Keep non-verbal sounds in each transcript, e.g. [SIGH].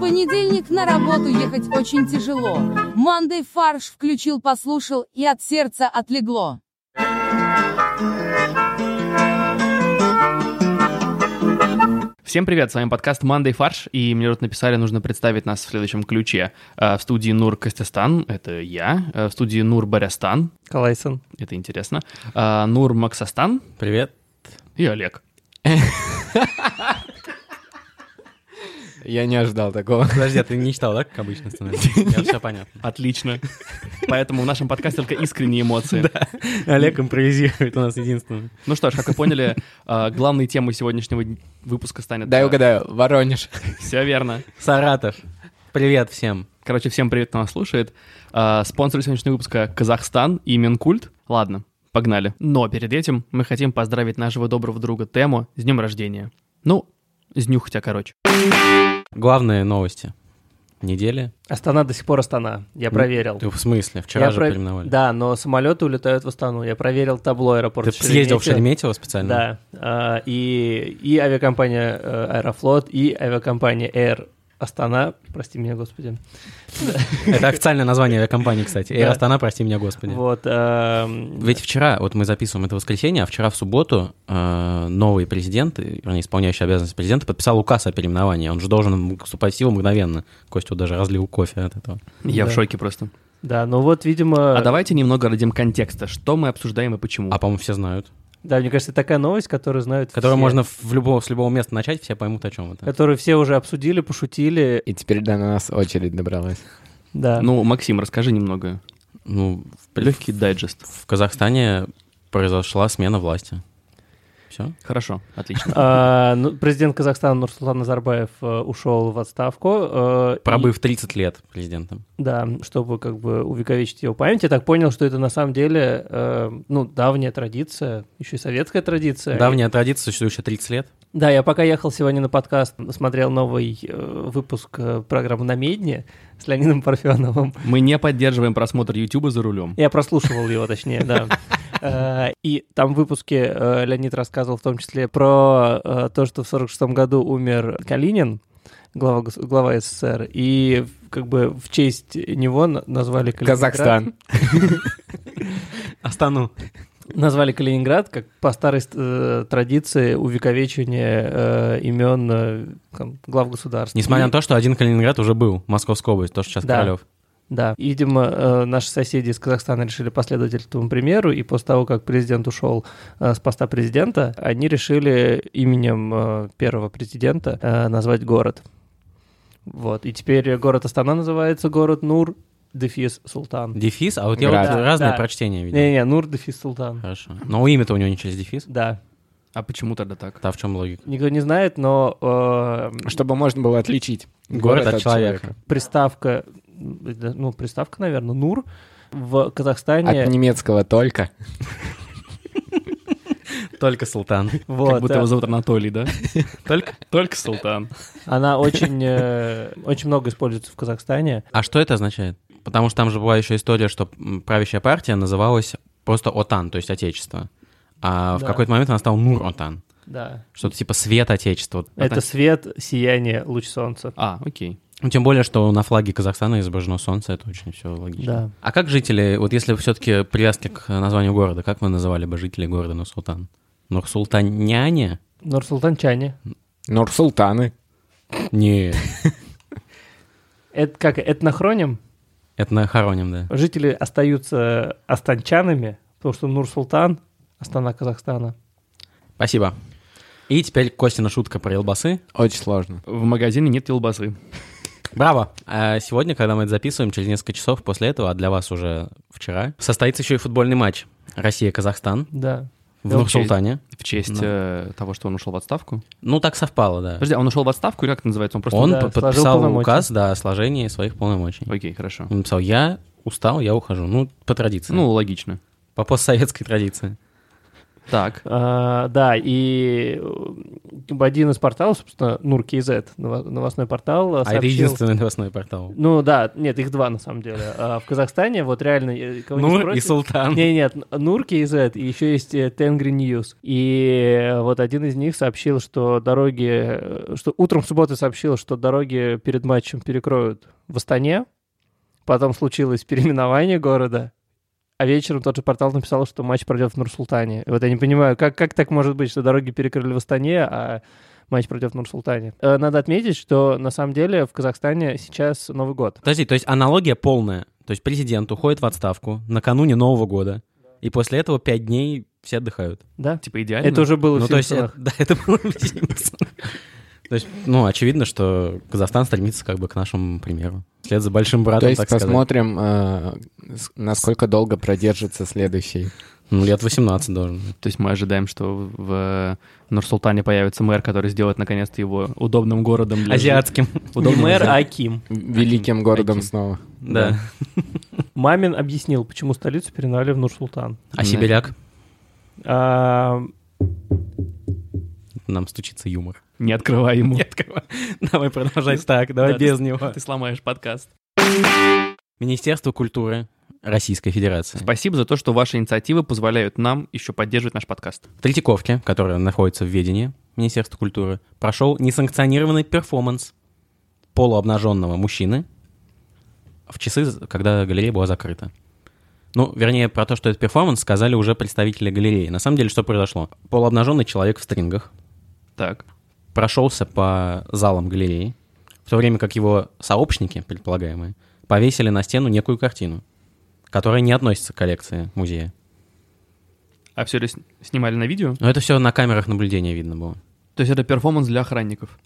понедельник на работу ехать очень тяжело. Мандей фарш включил, послушал, и от сердца отлегло. Всем привет, с вами подкаст «Мандай фарш», и мне тут написали, нужно представить нас в следующем ключе. Э, В студии Нур Костястан, это я, э, в студии Нур Барястан, Калайсон. это интересно, э, Нур Максастан Привет. и Олег. Я не ожидал такого. Подожди, а ты не читал, да, как обычно [LAUGHS] становится? Я все понятно. Отлично. Поэтому в нашем подкасте только искренние эмоции. Олег импровизирует у нас единственное. Ну что ж, как вы поняли, э, главной темой сегодняшнего дн- выпуска станет... Дай угадаю, Воронеж. Все верно. Саратов. Привет всем. Короче, всем привет, кто нас слушает. Э, Спонсор сегодняшнего выпуска — Казахстан и Минкульт. Ладно, погнали. Но перед этим мы хотим поздравить нашего доброго друга Тему с днем рождения. Ну, с дню хотя короче. Главные новости. Недели. Астана до сих пор Астана. Я проверил. Ты в смысле? Вчера Я же про- переименовали. Да, но самолеты улетают в Астану. Я проверил табло аэропорта Ты съездил в Шереметьево специально? Да. а, и, и авиакомпания э, Аэрофлот, и авиакомпания Air Астана, прости меня, господи. Это официальное название авиакомпании, кстати. Эйр Да. Астана, прости меня, господи. Вот. эм, Ведь вчера, вот мы записываем это воскресенье, а вчера в субботу э, новый президент, и, вернее, исполняющий обязанности президента, подписал указ о переименовании. Он же должен вступать в силу мгновенно. Костя вот даже разлил кофе от этого. Я в Да. шоке просто. Да, ну вот, видимо... А давайте немного родим контекста, что мы обсуждаем и почему. А, по-моему, все знают. Да, мне кажется, такая новость, которую знают Которую все, можно в любого, с любого места начать, все поймут, о чем это. Которую все уже обсудили, пошутили. И теперь до нас очередь добралась. Да. Ну, Максим, расскажи немного. Ну, в, Легкий дайджест. в Казахстане произошла смена власти. Все? Хорошо, отлично. А, ну, президент Казахстана Нурсултан Назарбаев э, ушел в отставку. э, и- Пробыв 30 лет президентом. Да, чтобы как бы увековечить его память. Я так понял, что это на самом деле, э, ну, давняя традиция, еще и советская традиция. Давняя традиция, существующая 30 лет. Да, я пока ехал сегодня на подкаст, смотрел новый э, выпуск э, программы «На медне» с Леонидом Парфеновым. Мы не поддерживаем просмотр Ютуба за рулем. Я прослушивал его, точнее, да. Э, И там в выпуске э, Леонид рассказывал в том числе про э, то, что в 46-м году умер Калинин, глава, гос- глава СССР, и как бы в честь него на- назвали Калининград. Казахстан. А Астану. Назвали Калининград как по старой э, традиции увековечивания э, имен э, там, глав государств. Несмотря И- на то, что один Калининград уже был, Московская область, то, что сейчас Да. Королев. Да. И, Видимо, э, наши соседи из Казахстана решили последовать этому примеру, и после того, как президент ушел э, с поста президента, они решили именем э, первого президента э, назвать город. Вот. И теперь город Астана называется город Нур Дефис Султан. Дефис, а вот я Град. вот разные Да. прочтения видел. Не-не, Нур Дефис Султан. Хорошо. Но имя-то у него не через дефис. Да. А почему тогда так? Да, в чем логика? Никто не знает, но э, Чтобы можно было отличить Город, от человека. приставка, м, да, ну, приставка, наверное, Нур в От Казахстане... немецкого только. Только Султан. вот, как будто да. его зовут Анатолий, [LAUGHS] да? Только? Только Султан. Она очень, э, очень много используется в Казахстане. А что это означает? Потому что там же была еще история, что м, правящая партия называлась просто Отан, то есть Отечество. А в Да. какой-то момент она стала Нур-Отан. Да. Что-то типа свет Отечества. Вот Это свет, сияние, луч солнца. А, окей. Ну, Тем более, что на флаге Казахстана изображено солнце, это очень все логично. Да. А как жители, вот если все-таки привязки к э, названию города, как вы называли бы жителей города Нур-Султан? Нур-Султаняне? Нурсултанчане. Нур-Султаны. Не, Это как этнохроним. [LAUGHS] это на хороним, да. Жители остаются астанчанами, потому что Нурсултан — Астана Казахстана. Спасибо. И теперь Костина шутка про елбасы. Очень сложно. В магазине нет елбасы. Браво! А сегодня, когда мы это записываем, через несколько часов после этого, а для вас уже вчера, состоится еще и футбольный матч Россия-Казахстан Да. в Ну, Нур-Султане. В честь э, того, что он ушел в отставку. Ну, так совпало, да. Подожди, а он ушел в отставку или как это называется? Он просто... Он да, п- сложил подписал полномочия. указ да, о сложении своих полномочий. Окей, хорошо. Он написал, я устал, я ухожу. Ну, по традиции. Ну, логично. по постсоветской традиции. Так. А, да, и э, один из порталов, собственно, Nur.kz, ново- новостной портал, э, А это сообщил- единственный новостной портал. Ну да, нет, их два на самом деле. А в Казахстане вот реально... э, кого не Ну и спросишь- Султан. не, нет, Нурки и Z, и еще есть э, Тенгри Ньюс. И э, вот один из них сообщил, что дороги, э, что утром в субботу сообщил, что дороги перед матчем перекроют в Астане, потом случилось переименование города, а вечером тот же портал написал, что матч пройдет в Нурсултане. И вот я не понимаю, как, как так может быть, что дороги перекрыли в Астане, а матч пройдет в Нурсултане. Э, Надо отметить, что на самом деле в Казахстане сейчас Новый год. Подожди, то есть аналогия полная. То есть президент уходит в отставку накануне Нового года, и после этого пять дней все отдыхают. Да? Типа идеально. Это уже было в Ну, то есть, «Симпсонах». это- [LAUGHS] да, это было в «Симпсонах». То есть, ну, очевидно, что Казахстан стремится как бы к нашему примеру. Вслед за большим братом, То есть так сказать. посмотрим, э, с- насколько долго продержится следующий. Ну, лет 18 должен. быть. То есть мы ожидаем, что в э, Нур-Султане появится мэр, который сделает наконец-то его удобным городом для жи- Азиатским. удобным для- Аким. Великим городом Таким. снова. Да. Мамин объяснил, почему столицу переназвали в Нур-Султан. А сибиряк? А, Нам стучится юмор. Не открывай ему. [LAUGHS] Нет, как бы, давай продолжать так, Да, давай без [LAUGHS] него. Ты сломаешь подкаст. Министерство культуры Российской Федерации. Спасибо за то, что ваши инициативы позволяют нам еще поддерживать наш подкаст. В Третьяковке, которая находится в ведении Министерства культуры, прошел несанкционированный перформанс полуобнаженного мужчины в часы, когда галерея была закрыта. Ну, вернее, про то, что это перформанс, сказали уже представители галереи. На самом деле, что произошло? Полуобнаженный человек в стрингах Так. прошелся по залам галереи, в то время как его сообщники, предполагаемые, повесили на стену некую картину, которая не относится к коллекции музея. А все ли с- снимали на видео? Но это все на камерах наблюдения видно было. То есть это перформанс для охранников.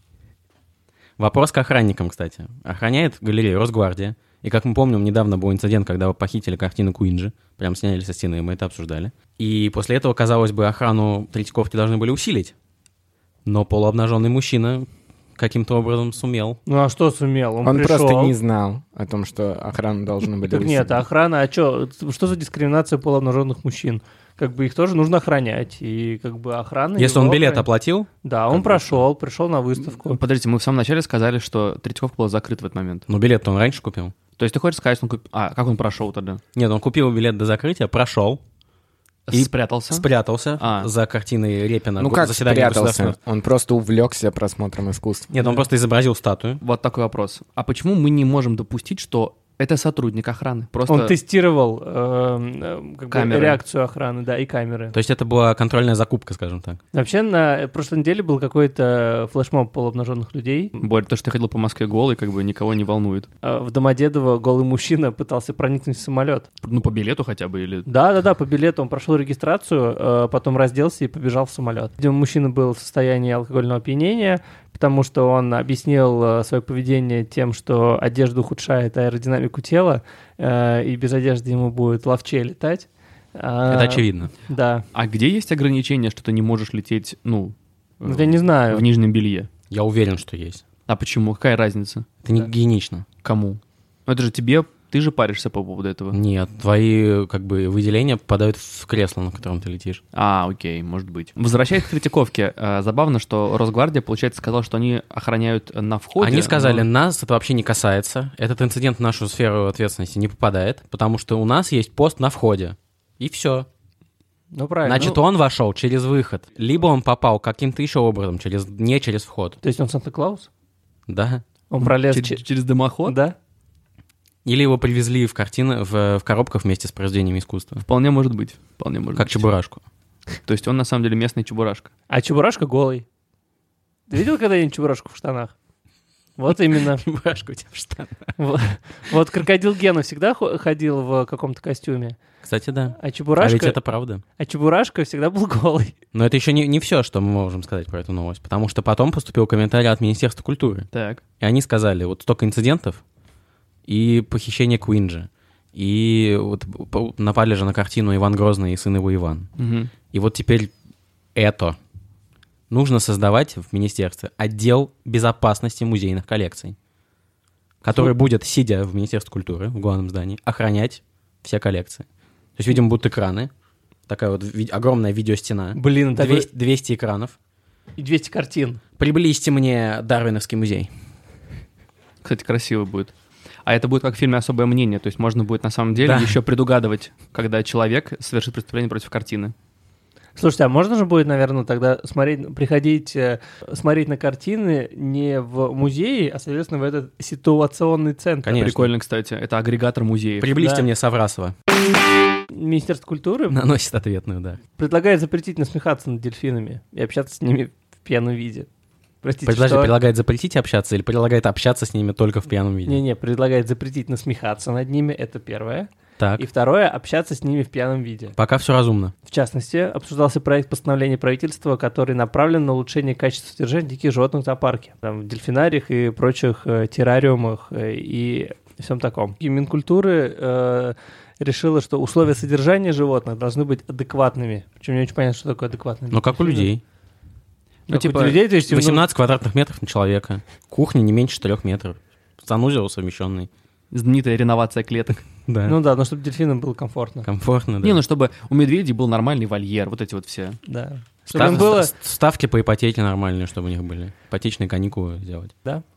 Вопрос к охранникам, кстати. Охраняет галерею Росгвардия. И, как мы помним, недавно был инцидент, когда похитили картину Куинджи. Прям сняли со стены, и мы это обсуждали. И после этого, казалось бы, охрану Третьяковки должны были усилить. Но полуобнаженный мужчина каким-то образом сумел. ну а что сумел? Он, Он пришел. просто не знал о том, что охрану должны были Так нет, усилить. охрана, а что? Что за дискриминация полуобнаженных мужчин? Как бы их тоже нужно охранять. И как бы охрана... Если Ну, его он билет охраня- оплатил, Да, он прошел, пришел на выставку. Подождите, мы в самом начале сказали, что Третьяковка была закрыта в этот момент. ну билет-то он раньше купил. То есть ты хочешь сказать, что он куп- А, как он прошел тогда? Нет, он купил билет до закрытия, прошел, И спрятался? спрятался А. за картиной Репина. Ну го- как заседание спрятался? государственного- Он просто увлекся просмотром искусства. Нет, он просто изобразил статую. Вот такой вопрос. А почему мы не можем допустить, что это сотрудник охраны? Просто... Он тестировал эм, эм, как бы Камеры. реакцию охраны, да, и камеры. То есть это была контрольная закупка, скажем так. Вообще на прошлой неделе был какой-то флешмоб полуобнаженных людей. Борь, то, что ты ходил по Москве голый, как бы никого не волнует. Э, В Домодедово голый мужчина пытался проникнуть в самолет. Ну, по билету хотя бы или... Да, да, да, по билету он прошел регистрацию, э, потом разделся и побежал в самолет. Видимо, мужчина был в состоянии алкогольного опьянения, потому что он объяснил э, свое поведение тем, что одежда ухудшает аэродинамику тела, э, и без одежды ему будет ловче летать. А, Это очевидно. Да. А где есть ограничение, что ты не можешь лететь, ну, э, Вот я не знаю. в нижнем белье? Я уверен, что есть. А почему? Какая разница? Это не Да. гигиенично. Кому? Ну, это же тебе, ты же паришься по поводу этого. Нет, твои как бы выделения попадают в кресло, на котором ты летишь. А, окей, может быть. Возвращаясь к Третьяковке, э, забавно, что Росгвардия, получается, сказала, что они охраняют э, на входе. Они сказали, но- нас это вообще не касается. Этот инцидент в нашу сферу ответственности не попадает, потому что у нас есть пост на входе. И все. Ну, правильно. Значит, он вошел через выход. Либо он попал каким-то еще образом, через, не через вход. То есть он Санта-Клаус? Да. Он пролез... Чер- че- через дымоход. Да? Или его привезли в картины, в, в коробках вместе с произведениями искусства. Вполне может быть. Вполне может Как быть. чебурашку. То есть он на самом деле местный чебурашка. А Чебурашка голый. Ты видел когда-нибудь Чебурашку в штанах? Вот именно. [LAUGHS] Чебурашку у тебя в штанах. Вот вот крокодил Гена всегда хо- ходил в каком-то костюме, Кстати, да. а А Чебурашка, ведь это правда. а Чебурашка всегда был голый. Но это еще не, не все, что мы можем сказать про эту новость, потому что потом поступил комментарий от Министерства культуры. Так. И они сказали, вот столько инцидентов, и похищение Куинджи, и вот по- напали же на картину Иван Грозный и сын его Иван. Мгм. И вот теперь это. Нужно создавать в министерстве отдел безопасности музейных коллекций, Ну. который будет, сидя в Министерстве культуры, в главном здании, охранять все коллекции. То есть, видимо, будут экраны, Такая вот ви- огромная видеостена. Блин, так 200, 200 экранов. и 200 картин. Приблизьте мне Дарвиновский музей. Кстати, красиво будет. А это будет как в фильме «Особое мнение», то есть можно будет на самом деле Да. еще предугадывать, когда человек совершит преступление против картины. Слушайте, а можно же будет, наверное, тогда смотреть, приходить, э, смотреть на картины не в музее, а, соответственно, в этот ситуационный центр. Конечно. Прикольно, кстати. Это агрегатор музеев. Приблизьте Да. мне Саврасова. Министерство культуры Наносит ответную, да. предлагает запретить насмехаться над дельфинами и общаться с ними в пьяном виде. Простите, Подожди, что... предлагает запретить общаться или предлагает общаться с ними только в пьяном виде? Не-не, предлагает запретить насмехаться над ними, это первое. Так, И второе, общаться с ними в пьяном виде. пока все разумно. В частности, обсуждался проект постановления правительства, который направлен на улучшение качества содержания диких животных в зоопарке. Там, в дельфинариях и прочих э, террариумах э, и всем таком. И Минкультуры э, решила, что условия содержания животных должны быть адекватными. Причем не очень понятно, что такое адекватные. Ну, как у людей. Ну, Ну, типа, типа, людей, то есть, ну, 18 квадратных метров на человека. Кухня не меньше 4 метров. Санузел совмещенный. Знаменитая реновация клеток. Да. ну да, но чтобы дельфинам было комфортно. Комфортно, да. Не, ну чтобы у медведей был нормальный вольер, вот эти вот все. Да. Чтобы Став- им было... ст- Ставки по ипотеке нормальные, чтобы у них были. Ипотечные каникулы сделать.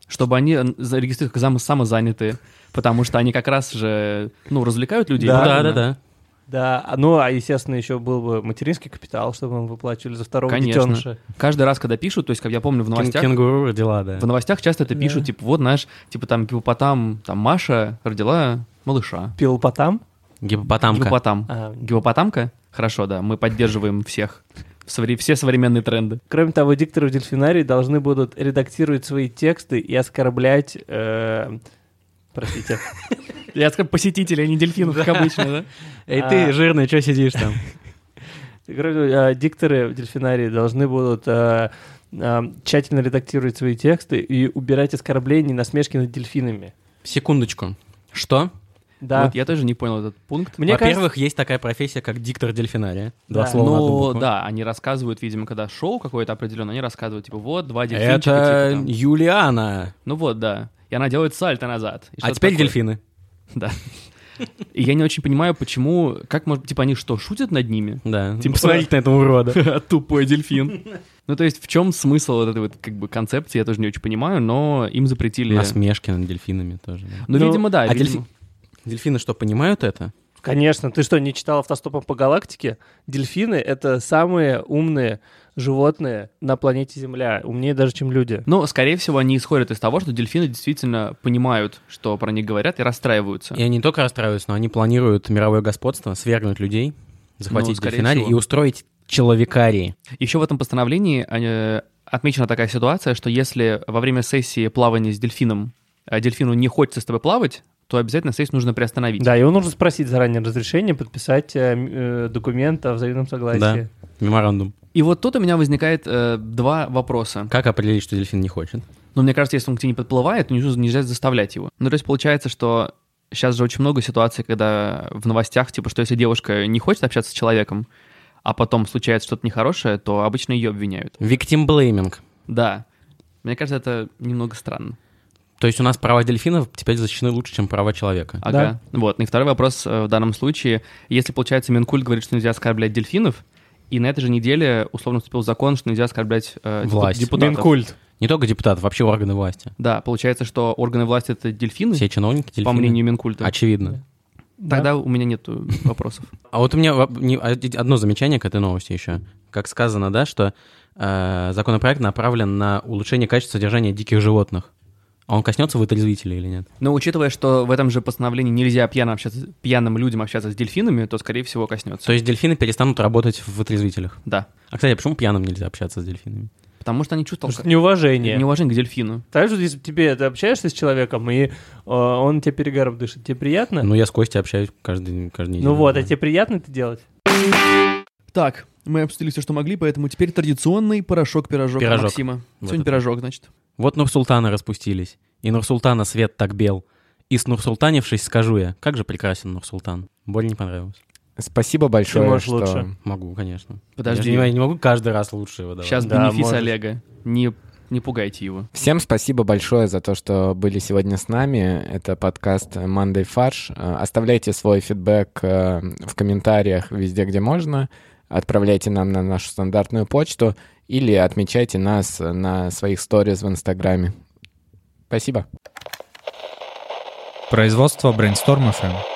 Чтобы они э, зарегистрировались как зам- самозанятые, потому что они как раз же, ну, развлекают людей. Да, Ну правильно? да. Да, а- ну а естественно еще был бы материнский капитал, чтобы им выплачивали за второго Конечно. детеныша. Каждый раз, когда пишут, то есть, как я помню в Кен- новостях, Кенгуру родила, да. в новостях часто это Да. пишут, типа, вот наш, типа там гипопотам, там Маша родила малыша. Пилопотам. Гипопотамка. Гипопотам. А, Гипопотамка? Хорошо, да, мы поддерживаем всех. В совре- Все современные тренды. Кроме того, дикторы в дельфинарии должны будут редактировать свои тексты и оскорблять... э, Простите. Я сказал, посетители, а не дельфинов, как обычно, да? Эй, А. ты, жирный, что сидишь там? Кроме того, э, дикторы в дельфинарии должны будут э, э, тщательно редактировать свои тексты и убирать оскорбления и насмешки над дельфинами. [LAUGHS] Секундочку. Что? [LAUGHS] Да. Вот я тоже не понял этот пункт. Мне Во-первых, кажется- есть такая профессия, как диктор дельфинария. Да. Два слова на одну Ну букву. да, они рассказывают, видимо, когда шоу какое-то определенное, они рассказывают, типа, вот, два дельфинчика, Это типа, там. Юлиана. Ну вот, да. И она делает сальто назад. И А что-то теперь такое. дельфины. И я не очень понимаю, почему... Как, может, типа, они что, шутят над ними? Да. Типа, на этого урода. [LAUGHS] Тупой дельфин. Ну, то есть, в чем смысл вот этой вот, как бы, концепции, я тоже не очень понимаю, но им запретили... [LAUGHS] Насмешки над дельфинами тоже. да. Ну, Ну, видимо, да. а видимо. дельфи- Дельфины что, понимают это? Конечно, ты что, не читал автостопом по галактике? Дельфины — это самые умные животные на планете Земля, умнее даже, чем люди. Ну, скорее всего, они исходят из того, что дельфины действительно понимают, что про них говорят, и расстраиваются. И они не только расстраиваются, но они планируют мировое господство, свергнуть людей, захватить Ну, скорее дельфинарий всего. и устроить человекарии. Еще в этом постановлении э, отмечена такая ситуация, что если во время сессии плавания с дельфином э, дельфину не хочется с тобой плавать, то обязательно сессию нужно приостановить. Да, его нужно спросить заранее разрешение, подписать э, м- э, документ о взаимном согласии. Меморандум. И вот тут у меня возникает э, два вопроса. Как определить, что дельфин не хочет? Но мне кажется, если он к тебе не подплывает, то нельзя, нельзя заставлять его. Ну, то есть получается, что сейчас же очень много ситуаций, когда в новостях, типа, что если девушка не хочет общаться с человеком, а потом случается что-то нехорошее, то обычно ее обвиняют. Виктим блейминг. Да. Мне кажется, это немного странно. То есть у нас права дельфинов теперь защищены лучше, чем права человека. Ага. Вот. И второй вопрос э, в данном случае. Если, получается, Минкульт говорит, что нельзя оскорблять дельфинов, и на этой же неделе условно вступил закон, что нельзя оскорблять э, депу- Власть. депутатов. Не только депутатов, вообще органы власти. Да, получается, что органы власти — это дельфины, Все чиновники дельфины. Ну, А по мнению Минкульта. Очевидно. Тогда у меня нет э, вопросов. А вот у меня воп- не- од- одно замечание к этой новости еще. Как сказано, да, что э, законопроект направлен на улучшение качества содержания диких животных. А он коснется вытрезвителя или нет? Но учитывая, что в этом же постановлении нельзя пьяно общаться, пьяным людям общаться с дельфинами, то, скорее всего, коснется. То есть дельфины перестанут работать в вытрезвителях. Да. А, кстати, а почему пьяным нельзя общаться с дельфинами? Потому что они Потому чувствуют что неуважение. неуважение к дельфину. Так же, если тебе ты общаешься с человеком, и э, он тебе перегаром дышит, тебе приятно? Ну, я с Костей общаюсь каждый, день- каждый день. Ну вот, Да. а тебе приятно это делать? Так, мы обсудили все, что могли, поэтому теперь традиционный порошок-пирожок Пирожок. Максима. Вот Сегодня это. пирожок, значит. Вот Нурсултаны распустились, и Нурсултана свет так бел. И с Нурсултанившись, скажу я, как же прекрасен Нурсултан. Более не понравилось. Спасибо большое, можешь что... лучше. Могу, конечно. Подожди. Я же не, я не могу каждый раз лучше его давать. Сейчас Да, бенефис может. Олега. Не, Не пугайте его. Всем спасибо большое за то, что были сегодня с нами. Это подкаст Monday Фарш. Э, Оставляйте свой фидбэк э, в комментариях везде, где можно. Отправляйте нам на нашу стандартную почту или отмечайте нас на своих сториз в Инстаграме. Спасибо. Производство Brainstorm FM.